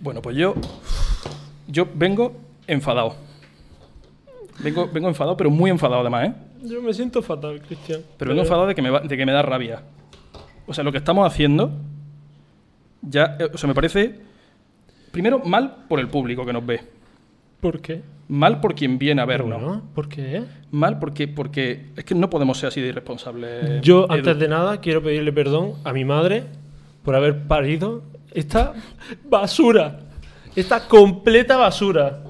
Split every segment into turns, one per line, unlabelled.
Bueno, pues yo, yo vengo enfadado. Vengo, vengo enfadado, pero muy enfadado además, ¿eh?
Yo me siento fatal, Cristian.
Pero vengo enfadado de que, me va- de que me da rabia. O sea, lo que estamos haciendo ya, eh, o sea, me parece, primero, mal por el público que nos ve.
¿Por qué?
Mal por quien viene a vernos.
Bueno, ¿Por qué?
Mal porque, porque es que no podemos ser así de irresponsables.
Yo,
Edu.
antes de nada, quiero pedirle perdón a mi madre por haber parido esta basura. Esta completa basura.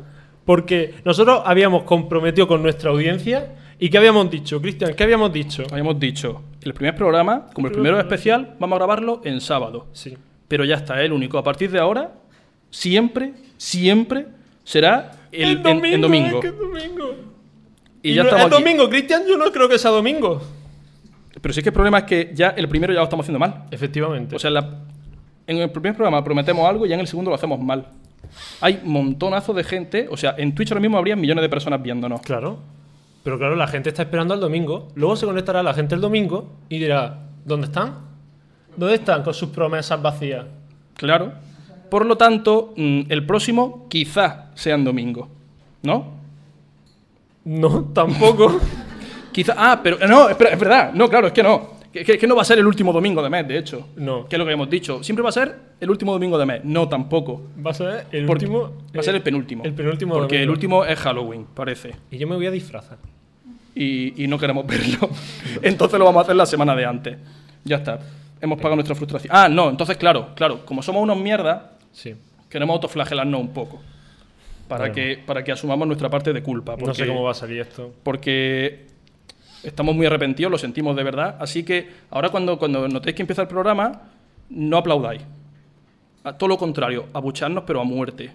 Porque nosotros habíamos comprometido con nuestra audiencia. ¿Y qué habíamos dicho, Cristian? ¿Qué habíamos dicho?
Habíamos dicho, el primer programa, como el primero especial, vamos a grabarlo en sábado.
Sí.
Pero ya está, ¿eh? el único. A partir de ahora, siempre, siempre será el, en- en domingo.
es que es domingo.
Y ya
no-
estamos
es
aquí.
domingo, Cristian. Yo no creo que sea domingo.
Pero sí que el problema es que ya el primero ya lo estamos haciendo mal.
Efectivamente.
O sea, la- en el primer programa prometemos algo y ya en el segundo lo hacemos mal. Hay montonazo de gente, o sea, en Twitch ahora mismo habría millones de personas viéndonos.
Claro. Pero claro, la gente está esperando al domingo. Luego se conectará la gente el domingo y dirá, ¿dónde están? ¿Dónde están con sus promesas vacías?
Claro. Por lo tanto, mm, el próximo quizá sea en domingo. ¿No?
No, tampoco.
Quizá. Ah, pero. No, espera, es verdad. No, claro, es que no. Que, que- que no va a ser el último domingo de mes, de hecho.
No.
Que es lo que hemos dicho. Siempre va a ser el último domingo de mes. No, tampoco.
Va a ser el
Porque-
último.
va a ser el penúltimo.
Eh, El penúltimo.
Porque el
domingo.
último es Halloween, parece.
Y yo me voy a disfrazar.
Y, y no queremos verlo. entonces lo vamos a hacer la semana de antes. Ya está. Hemos pagado nuestra frustración. Ah, no, entonces, claro, claro. Como somos unos mierda,
Sí.
queremos autoflagelarnos un poco. Para,
Bueno.
que, para que asumamos nuestra parte de culpa.
No sé
porque-
cómo va a salir esto.
porque estamos muy arrepentidos, lo sentimos de verdad. Así que ahora cuando, cuando notéis que empieza el programa, no aplaudáis. A todo lo contrario, abucharnos pero a muerte.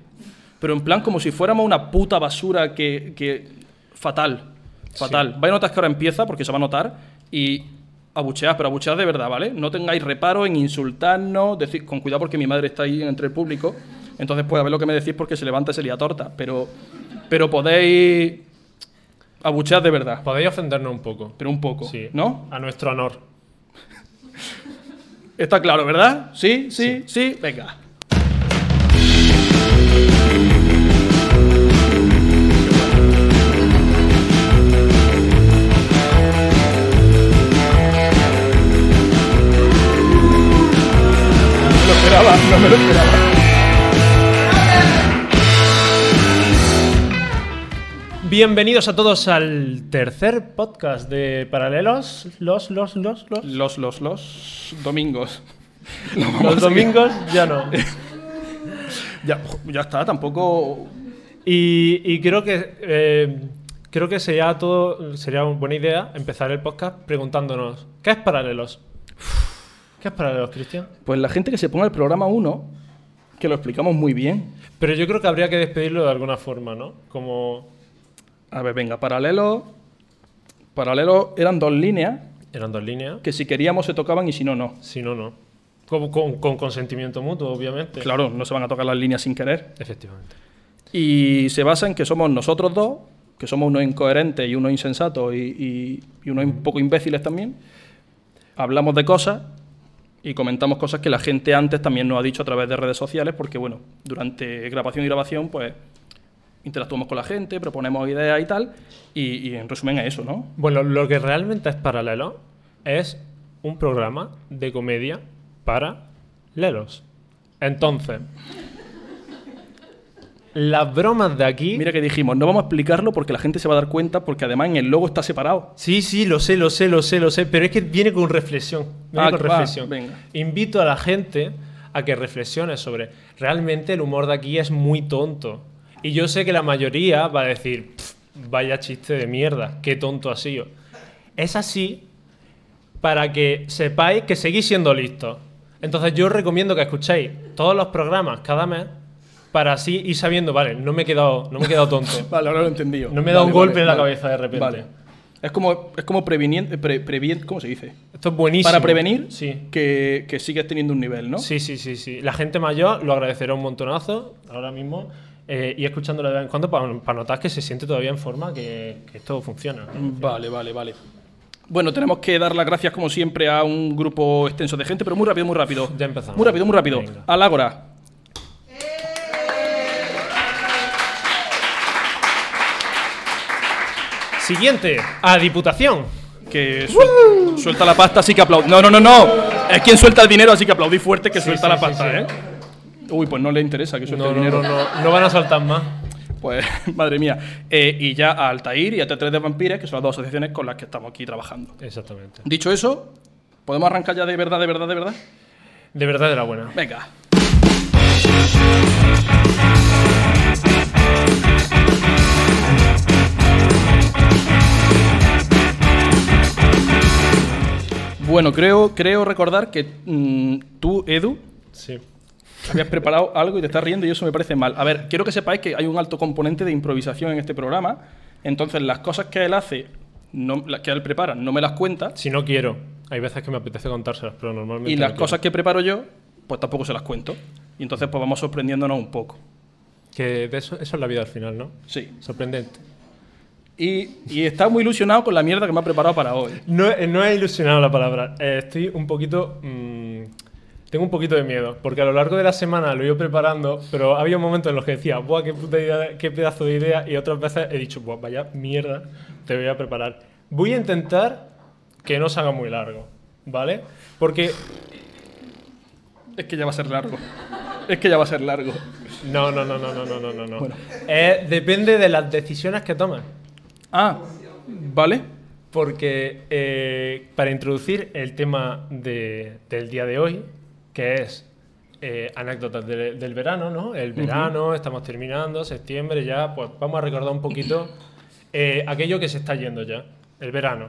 Pero en plan como si fuéramos una puta basura que... que- fatal, fatal. Vais a notar que ahora empieza, porque se va a notar, y abuchead, pero abuchead de verdad, ¿vale? No tengáis reparo en insultarnos, decir, con cuidado porque mi madre está ahí entre el público, entonces pues a ver lo que me decís porque se levanta y sería torta, pero, pero podéis abuchead de verdad,
Podéis ofendernos un poco.
pero un poco,
Sí.
¿no?
A nuestro honor.
Está claro, ¿verdad? Sí, sí, sí, venga. No me lo esperaba, no me lo esperaba.
Bienvenidos a todos al tercer podcast de Paralelos. Los, los, los, los.
Los, los, los domingos.
Los domingos ya no.
Ya, ya está, tampoco.
Y, y creo que eh, creo que sería todo sería una buena idea empezar el podcast preguntándonos ¿qué es paralelos? ¿Qué es paralelos, Cristian?
Pues la gente que se ponga el programa 1, que lo explicamos muy bien,
Pero yo creo que habría que despedirlo de alguna forma, ¿no? Como
A ver, venga, paralelo. Paralelo eran dos líneas
eran dos líneas,
que si queríamos se tocaban y si no, no.
si no, no. Con, con- con consentimiento mutuo, obviamente.
Claro, no se van a tocar las líneas sin querer.
Efectivamente.
Y se basa en que somos nosotros dos, que somos unos incoherentes y unos insensatos y, y- y unos un poco imbéciles también. Hablamos de cosas y comentamos cosas que la gente antes también nos ha dicho a través de redes sociales, porque bueno, durante grabación y grabación, pues interactuamos con la gente, proponemos ideas y tal. Y, y en resumen es eso, ¿no?
Bueno, lo que realmente es paralelo es un programa de comedia para lelos. Entonces, las bromas de aquí.
Mira que dijimos, no vamos a explicarlo porque la gente se va a dar cuenta porque además en el logo está separado.
Sí, sí, lo sé, lo sé, lo sé, lo sé, pero es que viene con reflexión. Viene
Ah,
con
va,
reflexión.
venga.
Invito a la gente a que reflexione sobre. Realmente el humor de aquí es muy tonto. Y yo sé que la mayoría va a decir, "Pf, vaya chiste de mierda, qué tonto ha sido. Es así para que sepáis que seguís siendo listos. Entonces yo os recomiendo que escuchéis todos los programas cada mes para así ir sabiendo, vale, no me he quedado, no me he quedado tonto.
Vale, ahora lo he entendido.
No me da un golpe en la cabeza de repente.
Vale. Es como, es como prevenir, ¿cómo se dice?
Esto es buenísimo.
Para prevenir
Sí.
que, que sigues teniendo un nivel, ¿no?
Sí, sí, sí, sí. La gente mayor lo agradecerá un montonazo ahora mismo eh, y escuchándolo de vez en cuando para notar que se siente todavía en forma, que, que esto funciona.
Vale, vale, vale. Bueno, tenemos que dar las gracias como siempre a un grupo extenso de gente, pero muy rápido, muy rápido.
Ya empezamos.
Muy rápido, muy rápido.
Venga.
Al Ágora.
Siguiente, a Diputación.
Que suel- suelta la pasta, así que aplaudí. No, no, no, no. Es quien suelta el dinero, así que aplaudí fuerte que suelta
sí,
la
sí,
pasta,
sí.
¿eh? Uy, pues no le interesa que suelte
No,
el
no,
dinero.
no, no, no van a saltar más.
Pues, madre mía. Eh, y ya a Altair y a T3 de Vampires, que son las dos asociaciones con las que estamos aquí trabajando.
Exactamente.
Dicho eso, ¿podemos arrancar ya de verdad, de verdad, de verdad?
De verdad de la buena.
Venga. Bueno, creo, creo recordar que mm, tú, Edu,
Sí.
habías preparado algo y te estás riendo y eso me parece mal. A ver, quiero que sepáis que hay un alto componente de improvisación en este programa. Entonces, las cosas que él hace, no, las que él prepara, no me las cuenta.
Si no quiero. Hay veces que me apetece contárselas, pero normalmente.
Y
no
las
quiero.
cosas que preparo yo, pues tampoco se las cuento. Y entonces, pues vamos sorprendiéndonos un poco.
Que de eso, eso es la vida al final, ¿no?
Sí.
Sorprendente.
Y, y está muy ilusionado con la mierda que me ha preparado para hoy.
No, eh, no he ilusionado la palabra. Eh, estoy un poquito. mm, tengo un poquito de miedo, porque a lo largo de la semana lo he ido preparando, pero había momentos en los que decía, ¡buah, qué puta idea, qué pedazo de idea! Y otras veces he dicho, ¡buah, vaya mierda, te voy a preparar! Voy a intentar que no se haga muy largo, ¿vale? Porque.
Es que ya va a ser largo. Es que ya va a ser largo.
No, no, no, no, no, no, no, no, no.
Bueno.
Eh, depende de las decisiones que tomes.
Ah, vale.
Porque eh, para introducir el tema de- del día de hoy, que es eh, anécdotas de- del verano, ¿no? El verano, estamos terminando, septiembre ya, pues vamos a recordar un poquito eh, aquello que se está yendo ya, el verano.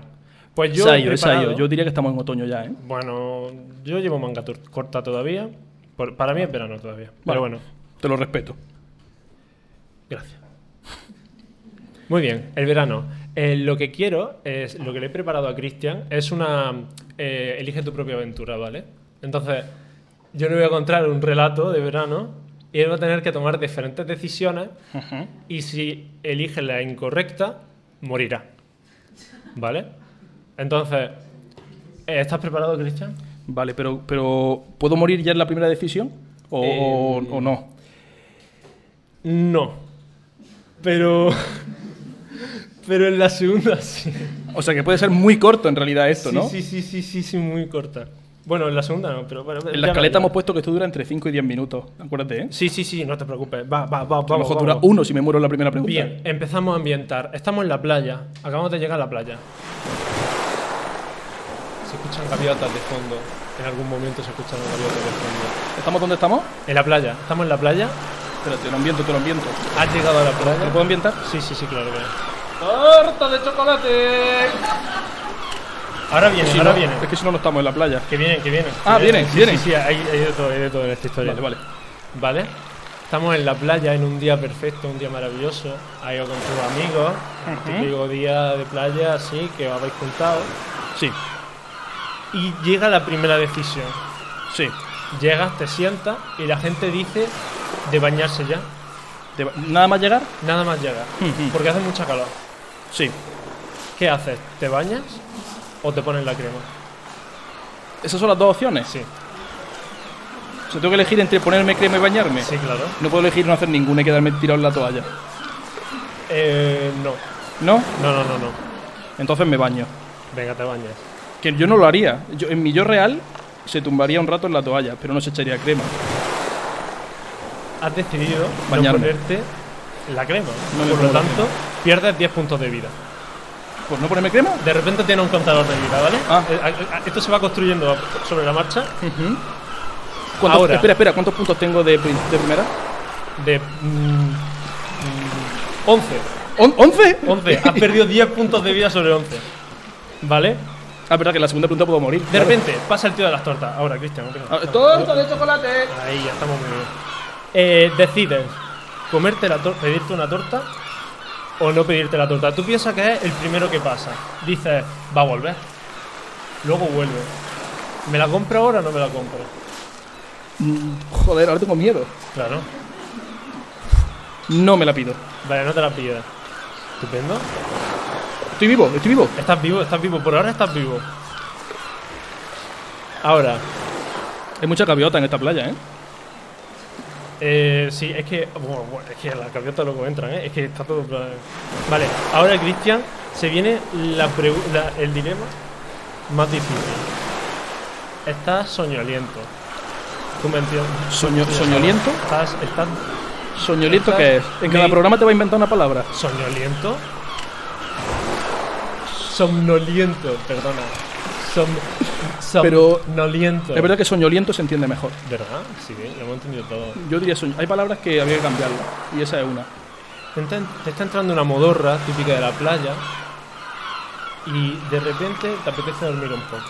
Pues yo... he
Se ha ido, se ha
preparado-
ido. Yo diría que estamos en otoño ya, ¿eh?
Bueno, yo llevo manga tur- corta todavía, por- para mí es verano todavía,
Vale.
pero bueno.
Te lo respeto.
Gracias. Muy bien, el verano. Eh, lo que quiero es, lo que le he preparado a Cristian es una... eh, elige tu propia aventura, ¿vale? Entonces, yo le voy a contar un relato de verano y él va a tener que tomar diferentes decisiones
Ajá.
y si elige la incorrecta, morirá. ¿Vale? Entonces, eh, ¿estás preparado, Cristian?
Vale, pero, pero ¿puedo morir ya en la primera decisión? ¿O,
Eh,
o- o no?
No. Pero... Pero en la segunda sí.
O sea, que puede ser muy corto en realidad esto,
sí,
¿no?
Sí, sí, sí, sí, sí, muy corta. Bueno, en la segunda no, pero bueno.
En
ya
la
va,
escaleta
ya
hemos
va.
puesto que esto dura entre 5 y 10 minutos. Acuérdate, ¿eh?
Sí, sí, sí, no te preocupes. Va, va, va,
A lo
vamos.
mejor dura
vamos.
uno si me muero en la primera pregunta.
Bien, empezamos a ambientar. Estamos en la playa. Acabamos de llegar a la playa. Se escuchan gaviotas de fondo. En algún momento se escuchan gaviotas de fondo.
¿Estamos donde estamos?
En la playa. Estamos en la playa.
Espérate, lo ambiento, te lo ambiento.
¿Has llegado a la
¿Me
playa?
puedo ambientar?
Sí, sí, sí, claro que no.
¡Torta de chocolate!
Ahora viene,
Si
ahora
no,
viene.
Es que si no, no estamos en la playa.
Que vienen, que vienen.
Ah,
Que
vienen,
Sí,
vienen.
Sí, sí, hay, hay de todo, hay de todo en esta historia.
Vale, vale.
¿Vale? Estamos en la playa en un día perfecto, un día maravilloso. Ha ido con tus amigos,
Ujú.
típico día de playa así que os habéis juntado.
Sí,
Y llega la primera decisión.
sí.
Llegas, te sientas y la gente dice de bañarse ya.
Te va- ¿Nada más llegar?
Nada más llegar.
Ujú.
Porque hace mucha calor.
Sí.
¿Qué haces? ¿Te bañas o te pones la crema?
Esas son las dos opciones.
Sí,
O sea, tengo que elegir entre ponerme crema y bañarme.
sí, claro.
No puedo elegir no hacer ninguna y quedarme tirado en la toalla.
Eh, no.
¿No?
No, no, no, no.
Entonces me baño.
Venga, te bañas.
Que yo no lo haría. Yo, en mi yo real se tumbaría un rato en la toalla, pero no se echaría crema.
Has decidido no
Bañarme.
ponerte la crema.
No me
Por lo
pongo la
tanto, pierdes 10 puntos de vida.
¿Por Pues no ponerme crema?
De repente tiene un contador de vida, ¿vale?
Ah.
Eh, a- a- Esto se va construyendo sobre la marcha
Ujú. ¿Cuántos-
Ahora.
Espera, espera, ¿cuántos puntos tengo de, pri- de primera?
de... mm, mm, 11.
¿On- ¿Once?
11. Has perdido 10 puntos de vida sobre 11. ¿Vale?
Ah, verdad que en la segunda pregunta puedo morir.
De
claro.
repente pasa el tío de las tortas. Ahora, Cristian. empieza.
Ah, ¡Torta de chocolate!
Ahí, ya estamos muy bien. Eh, decides comerte la torta, pedirte una torta o no pedirte la torta. Tú piensas que es el primero que pasa. Dices, va a volver. Luego vuelve. ¿Me la compro ahora o no me la compro?
Mm, Joder, ahora tengo miedo.
Claro.
No me la pido.
Vale, no te la pidas. Estupendo.
Estoy vivo, estoy vivo.
Estás vivo, estás vivo. Por ahora estás vivo. Ahora,
Hay mucha gaviota en esta playa, ¿eh?
Eh, sí, es que, bueno, bueno, es que las gaviotas loco entran, ¿eh? es que está todo. en plan- Vale, ahora Cristian, se viene la pregu- la- el dilema más difícil. Estás soñoliento. ¿Tú me entiendes?
Soño- ¿soñoliento?
Estás, estás
Soñolito que es. En cada
Mi-
programa te va a inventar una palabra.
soñoliento. Somnoliento, perdona. Som,
Pero-
somnoliento.
Es verdad que soñoliento se entiende mejor.
¿Verdad? Sí, lo hemos entendido todo.
Yo diría soño. Hay palabras que había que cambiarlas. Y esa es una.
Te está, te está entrando una modorra típica de la playa y de repente te apetece dormir un poco.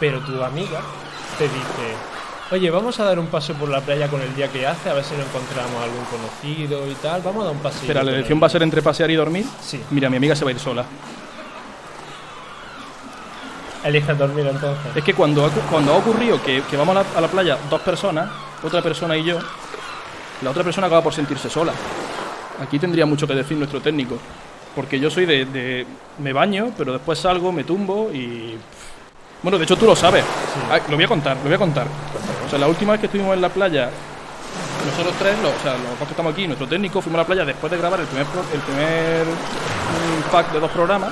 Pero tu amiga te dice, oye, vamos a dar un paso por la playa con el día que hace, a ver si no encontramos algún conocido y tal, vamos a dar un paseo.
Pero la elección va a ser entre pasear y dormir.
Sí,
Mira, mi amiga se va a ir sola.
eliges dormir entonces.
Es que cuando ha, cu- cuando ha ocurrido que, que vamos a la, a la playa dos personas, otra persona y yo, la otra persona acaba por sentirse sola. Aquí tendría mucho que decir nuestro técnico. Porque yo soy de, de- Me baño, pero después salgo, me tumbo y. Bueno, de hecho tú lo sabes. Ah, lo voy a contar, lo voy a contar. O sea, la última vez que estuvimos en la playa, nosotros tres, lo- o sea, los dos que estamos aquí, nuestro técnico, fuimos a la playa después de grabar el primer, pro- el primer mm, pack de dos programas,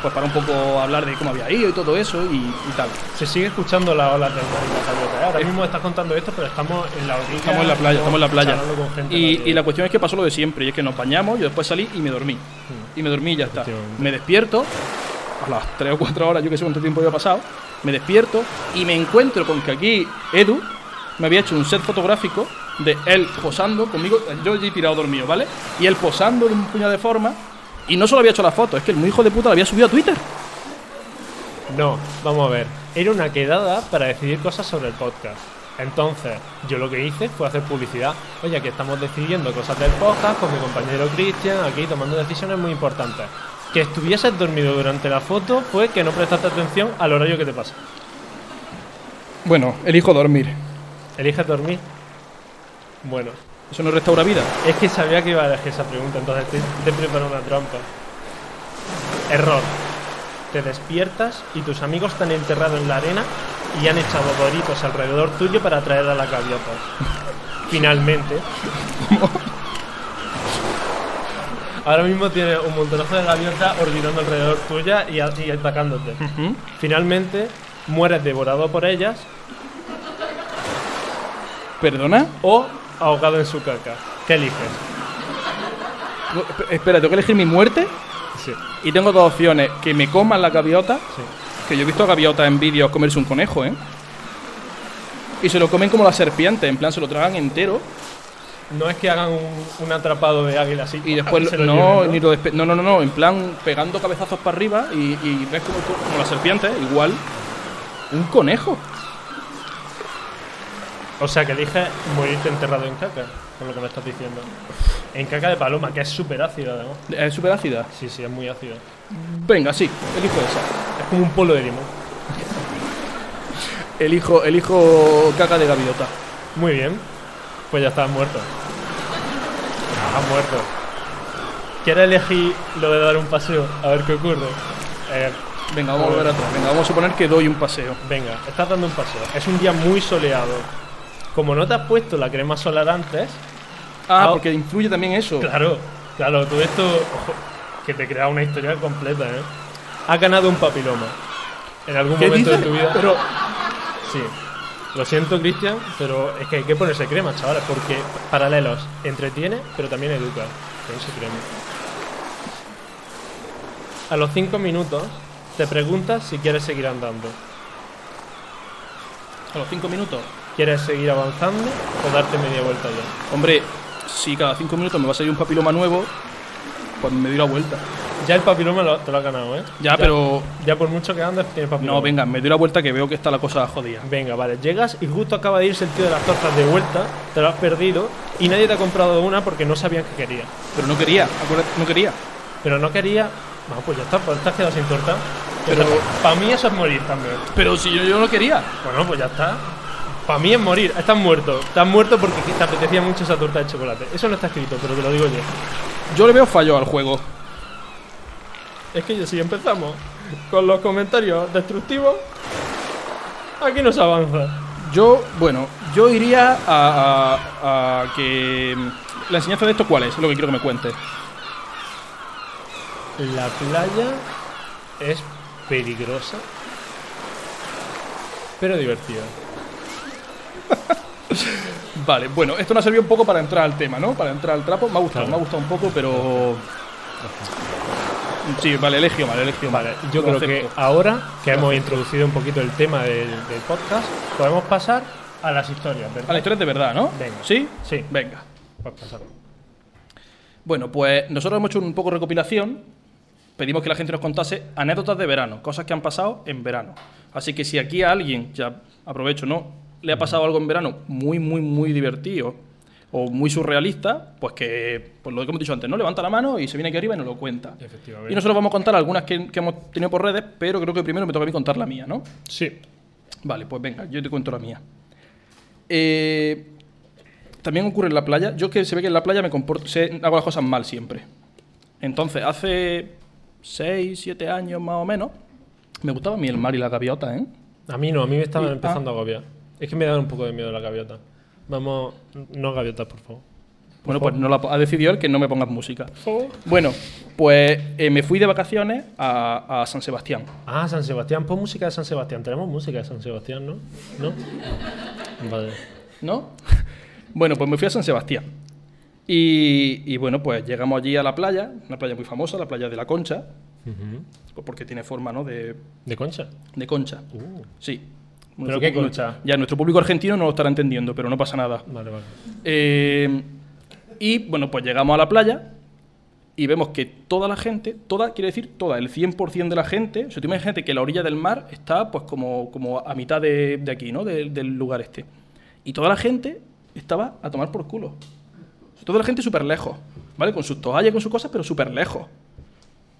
pues para un poco hablar de cómo había ido y todo eso y- y tal.
Se sigue escuchando la ola de la gaviota, ¿eh? Ahora mismo estás contando esto, pero estamos en la orilla.
Estamos en la playa, estamos en la playa.
charlando con gente
Y, y la
también.
cuestión es que pasó lo de siempre, y es que nos bañamos, yo después salí y me dormí. Y me dormí y ya está.
Hmm. Efectivamente.
Me despierto, a las 3 o 4 horas, yo que sé cuánto tiempo había pasado, me despierto y me encuentro con que aquí Edu me había hecho un set fotográfico de él posando conmigo, yo allí tirado dormido, ¿vale? Y él posando de un puñado de forma, y no solo había hecho la foto, es que el muy hijo de puta la había subido a Twitter.
No, vamos a ver. Era una quedada para decidir cosas sobre el podcast. Entonces, yo lo que hice fue hacer publicidad. Oye, aquí estamos decidiendo cosas del podcast con mi compañero Cristian, aquí tomando decisiones muy importantes. Que estuvieses dormido durante la foto fue que no prestaste atención al horario que te pasa.
Bueno, elijo dormir.
Eliges dormir. Bueno,
¿Eso no restaura vida?
es que sabía que iba a elegir esa pregunta, entonces te, te he preparado una trampa. Error. Te despiertas y tus amigos están enterrados en la arena y han echado doritos alrededor tuyo para atraer a la gaviota. Finalmente. Ahora mismo tienes un montonazo de gaviotas orbitando alrededor tuya y, a- y atacándote.
Ujú.
Finalmente, mueres devorado por ellas
¿Perdona?
o ahogado en su caca. ¿Qué eliges?
No, esp- Espera, ¿tengo que elegir mi muerte?
Sí,
Y tengo dos opciones, que me coman la gaviota,
sí.
que yo he visto a gaviotas en vídeos comerse un conejo, ¿eh? Y se lo comen como las serpientes, en plan se lo tragan entero
No es que hagan un, un atrapado de águila así.
y después
se
lo-
lo
no,
lleven,
ni lo despe- no, no, no, no, en plan pegando cabezazos para arriba y, y ves como, como las serpientes, igual un conejo.
O sea, que elige morirte enterrado en caca, con lo que me estás diciendo. En caca de paloma, que es súper ácida, además.
Es súper ácida.
Sí, sí, es muy ácida.
Venga, sí, elijo esa.
Es como un polo de limón.
Elijo, elijo caca de gaviota.
Muy bien. Pues ya estás muerto. Estás muerto. ¿Quieres elegir lo de dar un paseo? A ver qué ocurre. Eh,
Venga, vamos a volver atrás. Venga, vamos a suponer que doy un paseo.
Venga, estás dando un paseo. Es un día muy soleado. Como no te has puesto la crema solar antes,
Ah,
Ah.
porque influye también eso.
Claro, claro, todo esto ojo, que te crea una historia completa, ¿eh? Has ganado un papiloma. En algún
¿Qué
momento de
dices?
tu vida.
Pero-
Sí. Lo siento, Cristian, pero es que hay que ponerse crema, chavales, porque paralelos entretiene, pero también educa. Ponerse crema. A los 5 minutos te preguntas si quieres seguir andando.
A los cinco minutos.
¿Quieres seguir avanzando o darte media vuelta ya?
Hombre, si cada cinco minutos me va a salir un papiloma nuevo, pues me doy la vuelta.
Ya el papiloma lo- te lo has ganado, ¿eh?
Ya, pero.
Ya por mucho que andes, tienes papiloma.
No, venga, me doy la vuelta que veo que está la cosa jodida.
Venga, vale, llegas y justo acaba de irse el tío de las tortas de vuelta, te lo has perdido y nadie te ha comprado una porque no sabían que quería.
Pero no quería, acuérdate, no quería.
Pero no quería. No, pues ya está, pues te has quedado sin torta.
Pero-
Para mí eso es morir también.
Pero si yo, yo no quería.
Bueno, pues ya está. Para mí es morir, estás muerto. Estás muerto porque te apetecía mucho esa torta de chocolate. Eso no está escrito, pero te lo digo yo.
Yo le veo fallo al juego.
Es que si empezamos con los comentarios destructivos, aquí no se avanza.
Yo, bueno, Yo iría a, a- a que. mm, ¿La enseñanza de esto cuál es? Es lo que quiero que me cuentes.
La playa es peligrosa, pero divertida.
Vale, bueno, esto nos sirvió un poco para entrar al tema, ¿no? Para entrar al trapo. Me ha gustado,
Claro.
me ha gustado un poco, pero. Sí, vale, elegio mal, elegio mal.
Vale, yo creo que ahora que hemos introducido un poquito el tema del, del podcast, podemos pasar a las historias,
A la
¿verdad?
historia es de verdad, ¿no?
Venga.
¿Sí?
Sí.
Venga.
Pues pasamos.
Bueno, pues nosotros hemos hecho un poco de recopilación. Pedimos que la gente nos contase anécdotas de verano, cosas que han pasado en verano. Así que si aquí a alguien, ya aprovecho, ¿no? Le ha pasado algo en verano muy, muy, muy divertido o muy surrealista, pues que, pues lo que hemos dicho antes, ¿no? Levanta la mano y se viene aquí arriba y nos lo cuenta.
Efectivamente.
Y nosotros vamos a contar algunas que, que hemos tenido por redes, pero creo que primero me toca a mí contar la mía, ¿no?
Sí.
Vale, pues venga, yo te cuento la mía. Eh, también ocurre en la playa. Yo que se ve que en la playa me comporto, sé- hago las cosas mal siempre. Entonces, hace 6, 7 años más o menos, me gustaba a mí el mar y la gaviota, ¿eh?
A mí no, a mí me estaban
Y- ah.
empezando a agobiar. Es que me dan un poco de miedo la gaviota. Vamos, no gaviotas, por favor.
Bueno, pues no la, ha decidido él que no me pongas música. Bueno, pues eh, me fui de vacaciones a, a San Sebastián.
Ah, San Sebastián, pon música de San Sebastián. Tenemos música de San Sebastián, ¿no? ¿No? Vale.
¿no? Bueno, pues me fui a San Sebastián. Y, y bueno, pues llegamos allí a la playa, una playa muy famosa, la playa de la Concha, pues porque tiene forma, ¿no? De,
¿De concha?
de concha.
Uh.
Sí.
¿Pero
Nuestro
qué
público-
concha?
Ya, nuestro público argentino no lo estará entendiendo, pero no pasa nada.
Vale, vale.
Eh, y bueno, pues llegamos a la playa y vemos que toda la gente, toda, quiere decir toda, el 100% de la gente, o sea, tú imagínate que la orilla del mar está pues como, como a mitad de, de aquí, ¿no? Del- del lugar este. Y toda la gente estaba a tomar por culo. O sea, toda la gente súper lejos, ¿vale? Con sus toallas, con sus cosas, pero súper lejos.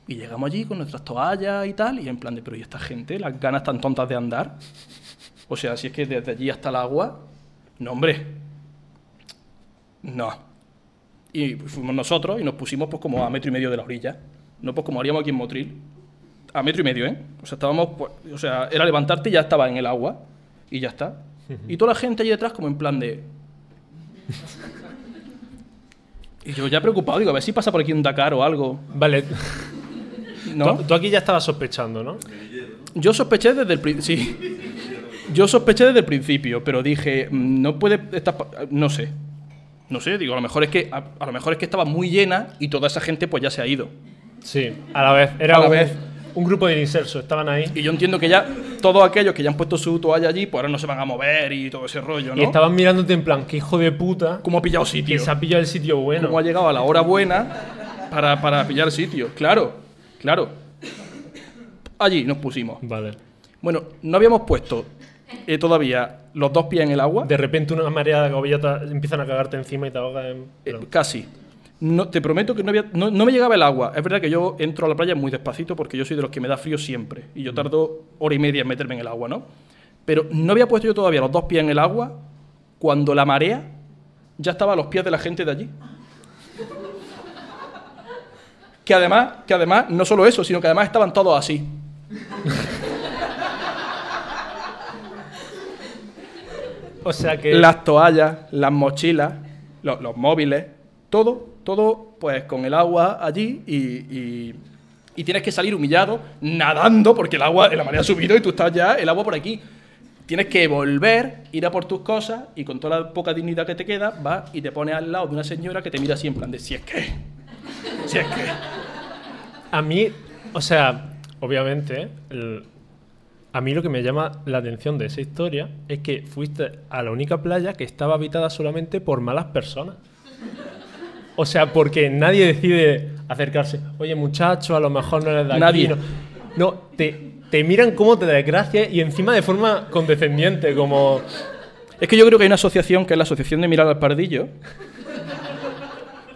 Y llegamos allí con nuestras toallas y tal, y en plan de, pero ¿y esta gente? Las ganas tan tontas de andar. O sea, si es que desde allí hasta el agua, no, hombre, no. Y fuimos nosotros y nos pusimos pues como a metro y medio de la orilla. No pues como haríamos aquí en Motril. A metro y medio, ¿eh? O sea, estábamos, pues, o sea, era levantarte y ya estaba en el agua. Y ya está. Y toda la gente allí detrás como en plan de... Y yo ya preocupado, digo, a ver si pasa por aquí un Dakar o algo.
Vale,
¿No?
tú, tú aquí ya estabas sospechando, ¿no?
Yo sospeché desde el principio. Yo sospeché desde el principio, pero dije, "Mm, no puede estar. pa- No sé. No sé, digo, a lo mejor es que a, a lo mejor es que estaba muy llena y toda esa gente pues ya se ha ido.
Sí, a la vez. Era
A la
un,
vez.
un grupo de insersos, estaban ahí.
Y yo entiendo que ya todos aquellos que ya han puesto su toalla allí, pues ahora no se van a mover y todo ese rollo, ¿no?
Y estaban mirándote en plan, qué hijo de puta.
como ha pillado
Que
sitio.
se ha pillado el sitio bueno.
Cómo ha llegado a la hora buena para, para pillar sitio. Claro, claro. Allí nos pusimos.
Vale.
Bueno, no habíamos puesto eh, todavía los dos pies en el agua.
De repente una marea de gaviotas empiezan a cagarte encima y te ahogan. en-
Eh,
Pero-
casi. No, te prometo que no, había- no, no me llegaba el agua. Es verdad que yo entro a la playa muy despacito porque yo soy de los que me da frío siempre. Y yo tardo hora y media en meterme en el agua, ¿no? Pero no había puesto yo todavía los dos pies en el agua cuando la marea ya estaba a los pies de la gente de allí. Que además, que además, no solo eso, sino que además estaban todos así.
O sea que.
Las toallas, las mochilas, lo- los, móviles, todo, todo pues con el agua allí y, y- y tienes que salir humillado nadando porque el agua, la marea ha subido y tú estás ya, el agua por aquí. Tienes que volver, ir a por tus cosas y con toda la poca dignidad que te queda vas y te pones al lado de una señora que te mira así en plan de si es que, si es que.
A mí, o sea, obviamente, el- a mí lo que me llama la atención de esa historia es que fuiste a la única playa que estaba habitada solamente por malas personas. O sea, porque nadie decide acercarse. Oye, muchacho, a lo mejor no eres de aquí,
Nadie.
No, No, te, te miran como te desgracia y encima de forma condescendiente, como.
Es que yo creo que hay una asociación que es la Asociación de Mirar al Pardillo,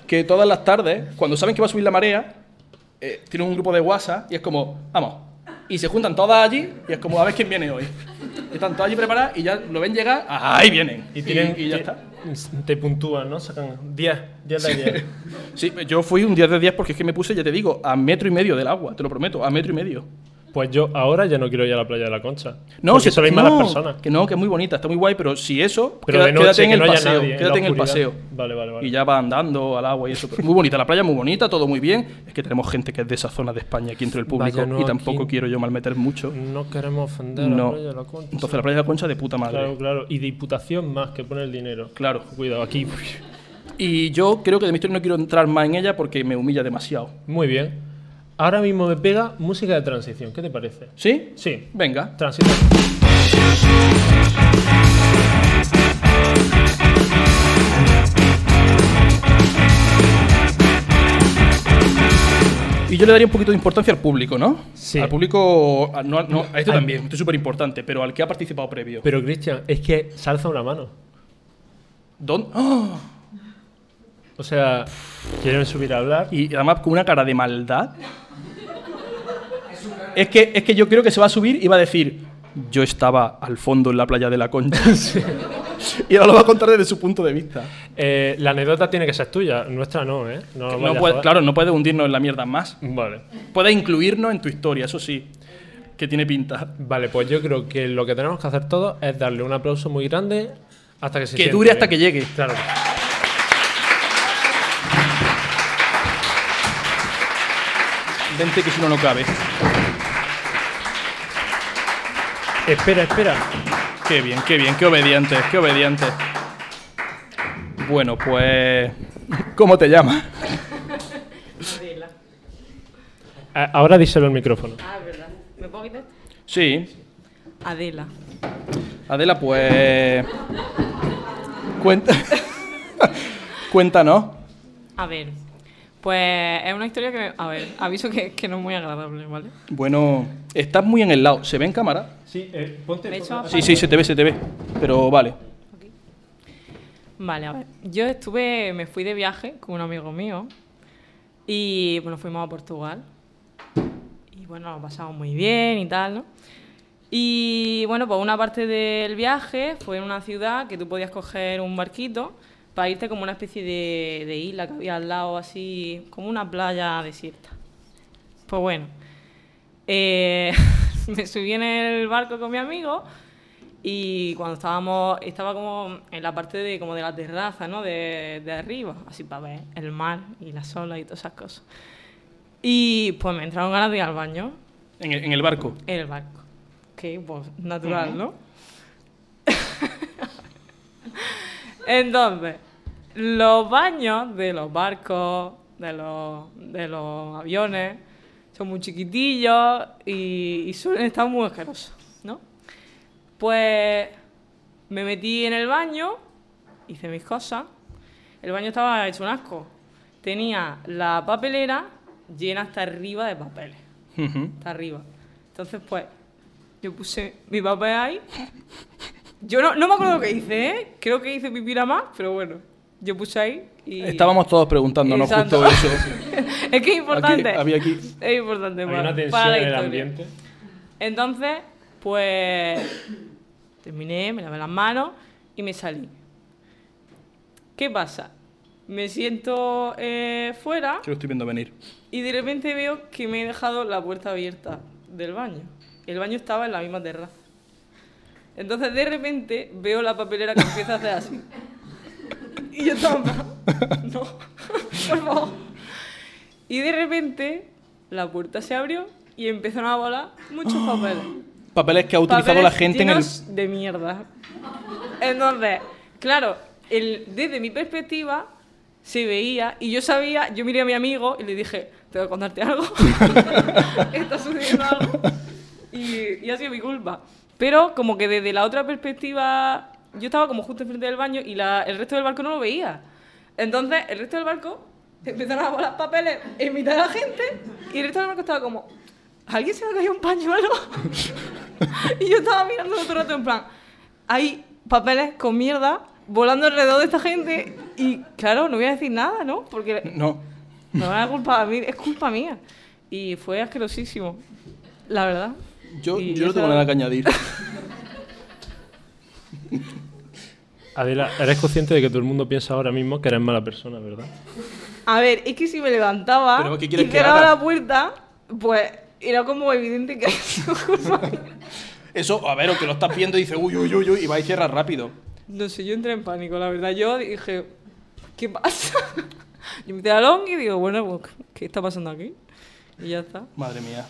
que todas las tardes, cuando saben que va a subir la marea, eh, tienen un grupo de WhatsApp y es como, vamos. Y se juntan todas allí y es como, a ver quién viene hoy. Y están todas allí preparadas y ya lo ven llegar, ¡ah, ahí vienen.
Y, tienen,
y ya
te,
está.
te puntúan, ¿no? Sacan 10, 10 de 10.
Sí, yo fui un 10 de 10 porque es que me puse, ya te digo, a metro y medio del agua, te lo prometo, a metro y medio.
pues yo ahora ya no quiero ir a la playa de la Concha.
No,
Porque
si
sois
no,
malas personas.
Que no, que es muy bonita, está muy guay, pero si eso,
Pero
queda-
de noche,
quédate en
que
el
no haya
paseo.
nadie, en la
quédate en el
oscuridad.
paseo.
Vale, vale, vale.
Y ya va andando al agua y eso. pero Muy bonita la playa, muy bonita, todo muy bien. Es que tenemos gente que es de esa zona de España aquí entre el público
Vaya, no,
y tampoco
aquí-
quiero yo malmeter mucho.
No queremos ofender a la
No.
playa de la Concha.
Entonces la playa de la Concha de puta madre.
Claro, claro. Y diputación más que pone el dinero.
Claro.
Cuidado, aquí.
Y yo creo que de mi historia no quiero entrar más en ella porque me humilla demasiado.
Muy bien. Ahora mismo me pega música de transición. ¿Qué te parece?
¿Sí?
Sí.
Venga.
Transición.
Y yo le daría un poquito de importancia al público, ¿no?
Sí.
Al público. a- No, no, a esto
Al-
también, esto es súper importante, pero al que ha participado previo.
Pero Cristian, es que se alza una mano.
¿Dónde? ¡Ah!
O sea, quieren subir a hablar.
Y además con una cara de maldad. Es que, es que yo creo que se va a subir y va a decir, yo estaba al fondo en la playa de la concha. Y ahora lo va a contar desde su punto de vista.
Eh, la anécdota tiene que ser tuya, nuestra no, ¿eh? No,
No
vaya a
puede-
joder.
claro, no puedes hundirnos en la mierda más.
Vale.
Puedes incluirnos en tu historia, eso sí, que tiene pinta.
Vale, pues yo creo que lo que tenemos que hacer todos es darle un aplauso muy grande hasta que se
que
siente
dure
bien.
hasta que llegue.
Claro.
Vente que si no, no cabe.
Espera, espera.
Qué bien, qué bien, qué obediente, qué obediente. Bueno, pues... ¿Cómo te llamas?
Gabriela.
A- Ahora díselo al micrófono.
Ah, es verdad. ¿Me puedo quitar?
Sí,
Adela.
Adela, pues. Cuenta. Cuéntanos.
A ver. Pues es una historia que. me- A ver, aviso que, que no es muy agradable, ¿vale?
Bueno, estás muy en el lado. ¿Se ve en cámara?
Sí, eh, ponte.
Me he hecho
Sí, sí, se te ve, se te ve. Pero vale.
Vale, a ver. Yo estuve. Me fui de viaje con un amigo mío. Y bueno, fuimos a Portugal. Y bueno, lo pasamos muy bien y tal, ¿no? Y bueno, pues una parte del viaje fue en una ciudad que tú podías coger un barquito para irte como una especie de, de isla que había al lado, así como una playa desierta. Pues bueno, eh, me subí en el barco con mi amigo y cuando estábamos, estaba como en la parte de, como de la terraza, ¿no? De, de arriba, así para ver el mar y las olas y todas esas cosas. Y pues me entraron ganas de ir al baño
En el, en el barco.
en el barco. Que pues natural, ¿no? Entonces, los baños de los barcos, de los, de los aviones, son muy chiquitillos y, y suelen estar muy asquerosos, ¿no? Pues me metí en el baño, hice mis cosas. El baño estaba hecho un asco. Tenía la papelera llena hasta arriba de papeles
Ujú.
está arriba. Entonces, pues, yo puse mi papel ahí. Yo no, no me acuerdo qué hice, ¿eh? Creo que hice pipí nada más, pero bueno, yo puse ahí y...
Estábamos todos preguntándonos
Exacto.
justo eso.
Es que es importante.
Aquí- había aquí-
Es importante
Hay
para,
una tensión
para la
en el
historia.
ambiente.
Entonces, pues terminé, me lavé las manos y me salí. ¿Qué pasa? Me siento eh, fuera
Que lo estoy viendo venir.
y de repente veo que me he dejado la puerta abierta del baño. El baño estaba en la misma terraza. Entonces de repente veo la papelera que empieza a hacer así. Y yo estaba, en plan, no, por favor. Y de repente la puerta se abrió y empezaron a volar muchos papeles
Papeles que ha utilizado
papeles
la gente en el.
llenos de mierda. Entonces, claro, el- desde mi perspectiva se veía y yo sabía, yo miré a mi amigo y le dije, tengo que contarte algo. Está sucediendo algo. Y, y ha sido mi culpa. Pero como que desde la otra perspectiva, yo estaba como justo enfrente del baño y la- el resto del barco no lo veía. Entonces, el resto del barco empezaron a volar papeles en mitad de la gente y el resto del barco estaba como, ¿a alguien se le ha caído un pañuelo? Y yo estaba mirando todo el rato en plan, hay papeles con mierda volando alrededor de esta gente y claro, no voy a decir nada, ¿no? Porque
No.
no es culpa mí, es culpa mía. Y fue asquerosísimo, la verdad.
Yo,
Y
yo no
esa-
tengo nada que añadir.
Adela, eres consciente de que todo el mundo piensa ahora mismo que eres mala persona, ¿verdad?
A ver, es que si me levantaba
Pero, ¿qué
y
quieres que
cerraba
haga?
la puerta, pues Era como evidente que
Eso, a ver, o que lo estás viendo y dices, uy, uy, uy, uy, y va y cierra rápido.
No sé, yo entré en pánico, la verdad. Yo dije, ¿qué pasa? Yo me tiré long y digo, bueno, pues, ¿qué está pasando aquí? Y ya está.
Madre mía.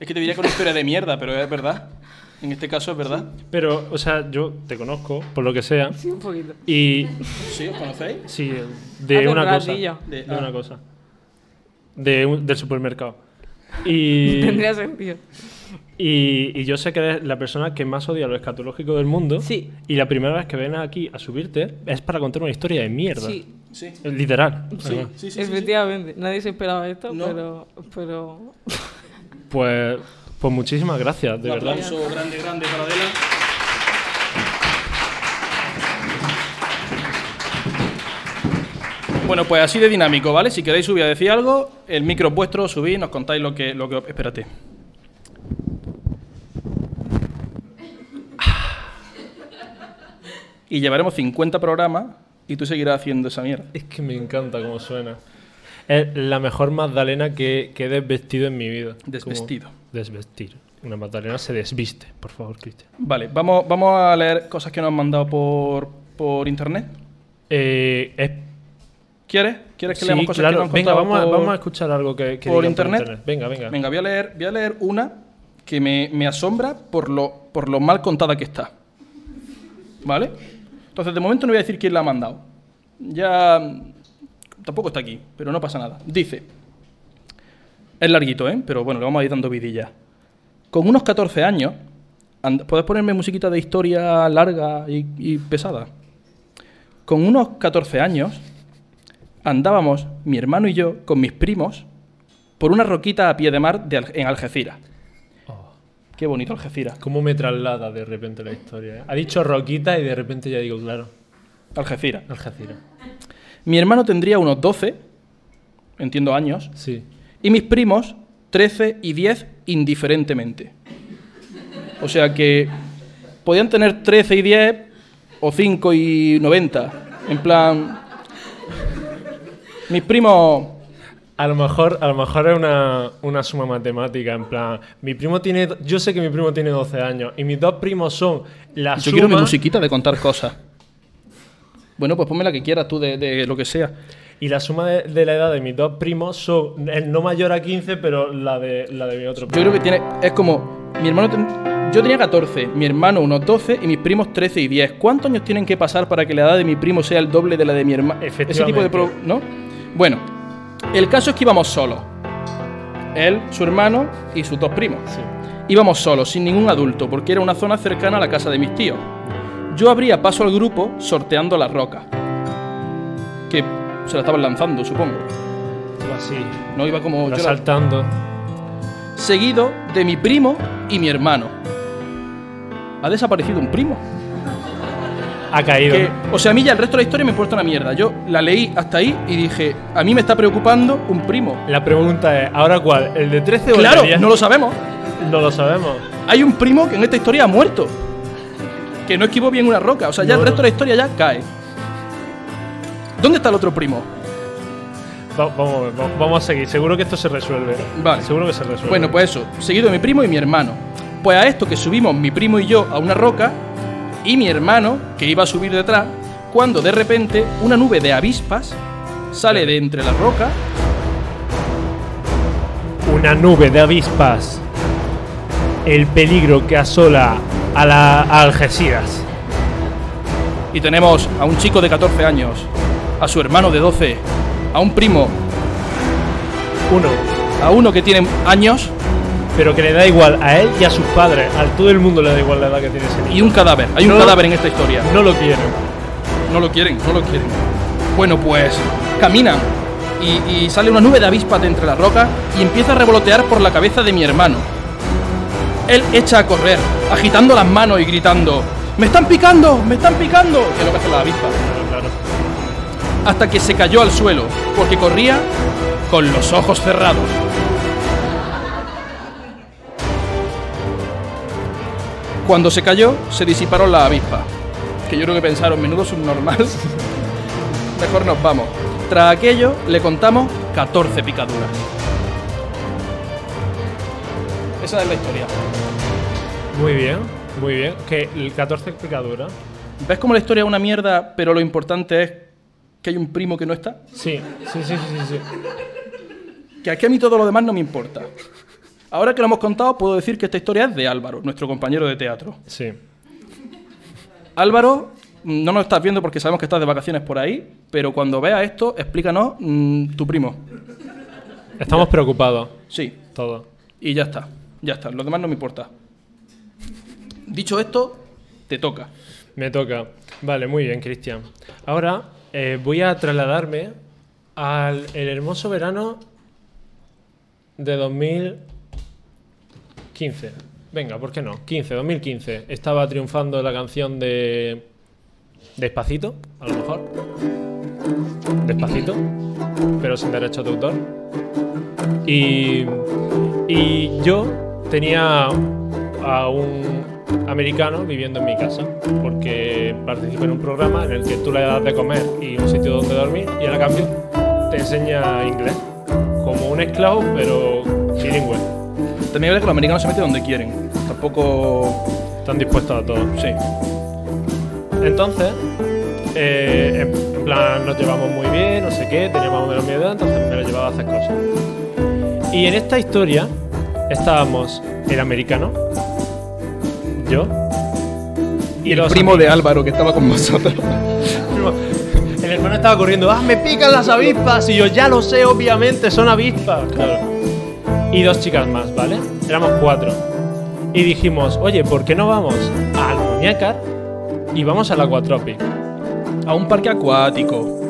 Es que te diría con una historia de mierda, pero es verdad. En este caso es verdad.
Pero, o sea, yo te conozco, por lo que sea,
Sí, un poquito.
y
¿Sí? ¿Os conocéis?
sí, de
Hace un
una cosa.
ratillo.
De,
Ah.
una cosa. De un- del supermercado. Y,
Tendría sentido.
y, y yo sé que eres la persona que más odia lo escatológico del mundo.
Sí.
Y la primera vez que ven aquí a subirte es para contar una historia de mierda.
Sí,
Sí.
Literal.
Sí,
además.
sí, sí, sí, sí.
efectivamente. Nadie se esperaba esto,
No.
pero, pero
Pues, pues muchísimas gracias, de
Un
verdad.
aplauso grande, grande para Adela. Bueno, pues así de dinámico, ¿vale? Si queréis subir a decir algo, el micro es vuestro, subid, nos contáis lo que, lo que... Espérate. Y llevaremos 50 programas y tú seguirás haciendo esa mierda.
Es que me encanta cómo suena. Es la mejor Magdalena que, que he desvestido en mi vida. Como-
Desvestido.
desvestir. Una Magdalena se desviste, por favor, Cristian.
Vale, vamos, vamos a leer cosas que nos han mandado por, por internet.
Eh, es-
¿Quieres? ¿Quieres que
sí,
leamos cosas
claro.
que nos han
venga,
contado
vamos, a,
por-
vamos a escuchar algo que, que
por
digan
internet?
Venga, venga.
Venga, voy a leer, voy a leer una que me, me asombra por lo, por lo mal contada que está. ¿Vale? Entonces, de momento no voy a decir quién la ha mandado. Ya. mm, Tampoco está aquí, pero no pasa nada. Dice. Es larguito, ¿eh? Pero bueno, le vamos a ir dando vidilla. Con unos 14 años. and- ¿Puedes ponerme musiquita de historia larga y- y pesada? Con unos 14 años, andábamos, mi hermano y yo, con mis primos, por una roquita a pie de mar de Al- en Algeciras.
Oh,
Qué bonito Algeciras.
¿Cómo me traslada de repente la historia? eh? Ha dicho Roquita y de repente ya digo, claro,
Algeciras.
Algeciras.
Mi hermano tendría unos 12, entiendo años,
Sí.
y mis primos 13 y 10 indiferentemente. O sea que podían tener 13 y 10 o 5 y 90. En plan... Mis primos...
A lo mejor, a lo mejor es una, una suma matemática, en plan, mi primo tiene, yo sé que mi primo tiene 12 años y mis dos primos son la
Yo quiero mi
suma-
musiquita de contar cosas. Bueno, pues ponme la que quieras tú de, de lo que sea.
y la suma de, de la edad de mis dos primos son el no mayor a 15, pero la de la de mi
Yo
otro primo.
creo que tiene. Es como. Mi hermano. ten- yo tenía 14, mi hermano unos 12 y mis primos 13 y 10. ¿Cuántos años tienen que pasar para que la edad de mi primo sea el doble de la de mi hermano? Ese tipo de.
Efectivamente.
pro- ¿No? Bueno, el caso es que íbamos solos. Él, su hermano y sus dos primos.
Sí.
Íbamos solos, sin ningún adulto, porque era una zona cercana a la casa de mis tíos. Yo abría paso al grupo sorteando las rocas. Que se la estaban lanzando, supongo.
Tú así,
No iba como
va
Pues yo la-
saltando.
seguido de mi primo y mi hermano. Ha desaparecido un primo.
Ha caído.
Que- o sea, a mí ya el resto de la historia me importa una mierda. Yo la leí hasta ahí y dije, a mí me está preocupando un primo.
La pregunta es, ¿ahora cuál? ¿El de 13 o el
Claro,
de 10?
no lo sabemos.
No lo sabemos.
Hay un primo que en esta historia ha muerto. Que no esquivó bien una roca. O sea, ya
No,
el resto
no.
de la historia ya cae. ¿Dónde está el otro primo?
Va- vamos, a ver, va- vamos a seguir. Seguro que esto se resuelve.
Vale.
Seguro que se resuelve.
Bueno, pues eso, seguido de mi primo y mi hermano. Pues a esto que subimos mi primo y yo a una roca, y mi hermano, que iba a subir detrás, cuando de repente una nube de avispas sale de entre la roca
Una nube de avispas. El peligro que asola a la a Algeciras.
y tenemos a un chico de 14 años, a su hermano de 12, a un primo,
Uno.
a uno que tiene años
Pero que le da igual a él y a sus padres. A todo el mundo le da igual la edad que tiene ese niño.
y un cadáver. Hay un
No.
cadáver en esta historia.
No lo quiere.
No lo quieren, no lo quieren. Bueno, pues caminan y, y sale una nube de avispas de entre las rocas y empieza a revolotear por la cabeza de mi hermano. Él echa a correr, agitando las manos y gritando: ¡Me están picando! ¡Me están picando! Que es lo que hace la avispa.
Claro, claro.
Hasta que se cayó al suelo, porque corría con los ojos cerrados. Cuando se cayó, se disiparon las avispas. Que yo creo que pensaron, menudo subnormal. Mejor nos vamos. Tras aquello, le contamos 14 picaduras. Esa es la historia.
Muy bien, muy bien. Que el 14 pecadora.
¿Ves cómo la historia es una mierda, pero lo importante es que hay un primo que no está?
Sí, sí, sí, sí, sí, sí.
Que aquí a mí todo lo demás no me importa. Ahora que lo hemos contado, puedo decir que esta historia es de Álvaro, nuestro compañero de teatro.
Sí.
Álvaro, mm, no nos estás viendo porque sabemos que estás de vacaciones por ahí, pero cuando veas esto, explícanos mm, tu primo.
Estamos preocupados,
Sí,
todos.
y ya está. Ya está, lo demás no me importa. Dicho esto, te toca.
Me toca. Vale, muy bien, Cristian. Ahora eh, voy a trasladarme al el hermoso verano de 2015. Venga, ¿por qué no? 15, 2015. Estaba triunfando la canción de Despacito, a lo mejor. Despacito, pero sin derecho de autor. Y, y yo tenía a un americano viviendo en mi casa, porque participé en un programa en el que tú le das de comer y un sitio donde dormir, y a cambio te enseña inglés, como un esclavo, pero bilingüe.
También es verdad que los americanos se meten donde quieren. Tampoco.
Están dispuestos a todo.
Sí.
Entonces, eh, en en plan, nos llevamos muy bien, no sé qué, tenía más o menos mi edad, entonces me lo llevaba a hacer cosas. Y en esta historia estábamos el americano, yo, y,
el
los
primo de Álvaro que estaba con vosotros.
Primo, El hermano estaba corriendo, ¡ah, me pican las avispas! Y yo, ya lo sé, obviamente, son avispas. Claro. Y dos chicas más, ¿vale? Éramos cuatro. Y dijimos, oye, ¿por qué no vamos al Muñecar y vamos a la Cuatropi?
A un parque acuático.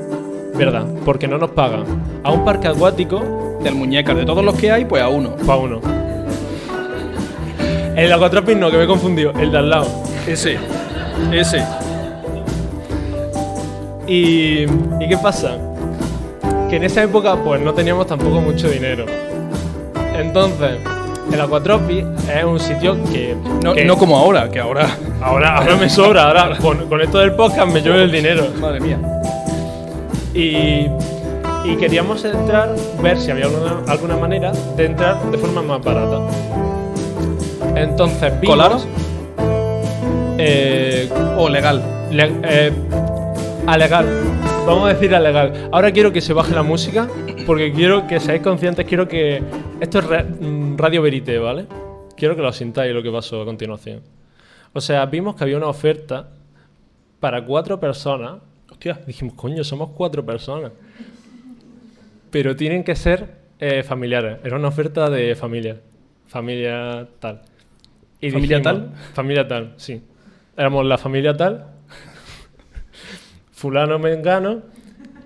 ¿Verdad? Porque no nos pagan. A un parque acuático
Del muñeca, de todos los que hay, pues a uno.
para uno. El Aquatropic no, que me he confundido, el de al lado.
Ese. Ese.
¿Y, ¿y qué pasa? Que en esa época pues no teníamos tampoco mucho dinero. Entonces, el Aquatropi es un sitio que...
No,
que-
no como ahora, que ahora.
ahora, ahora me sobra, ahora con, con esto del podcast me llueve el dinero.
Madre mía.
Y, y queríamos entrar, ver si había alguna, alguna manera de entrar de forma más barata. Entonces, vimos,
¿Colaros?
Eh,
O Oh, legal.
Le- eh, alegar. Vamos a decir alegar. Ahora quiero que se baje la música porque quiero que seáis conscientes. Quiero que. Esto es ra- mm, Radio Verité, ¿vale? Quiero que lo sintáis lo que pasó a continuación. O sea, vimos que había una oferta para cuatro personas.
Hostia.
Dijimos, coño, somos cuatro personas. Pero tienen que ser eh, familiares. Era una oferta de familia. Familia tal. Y
¿Familia tal?
Familia tal, sí. Éramos la familia tal, fulano mengano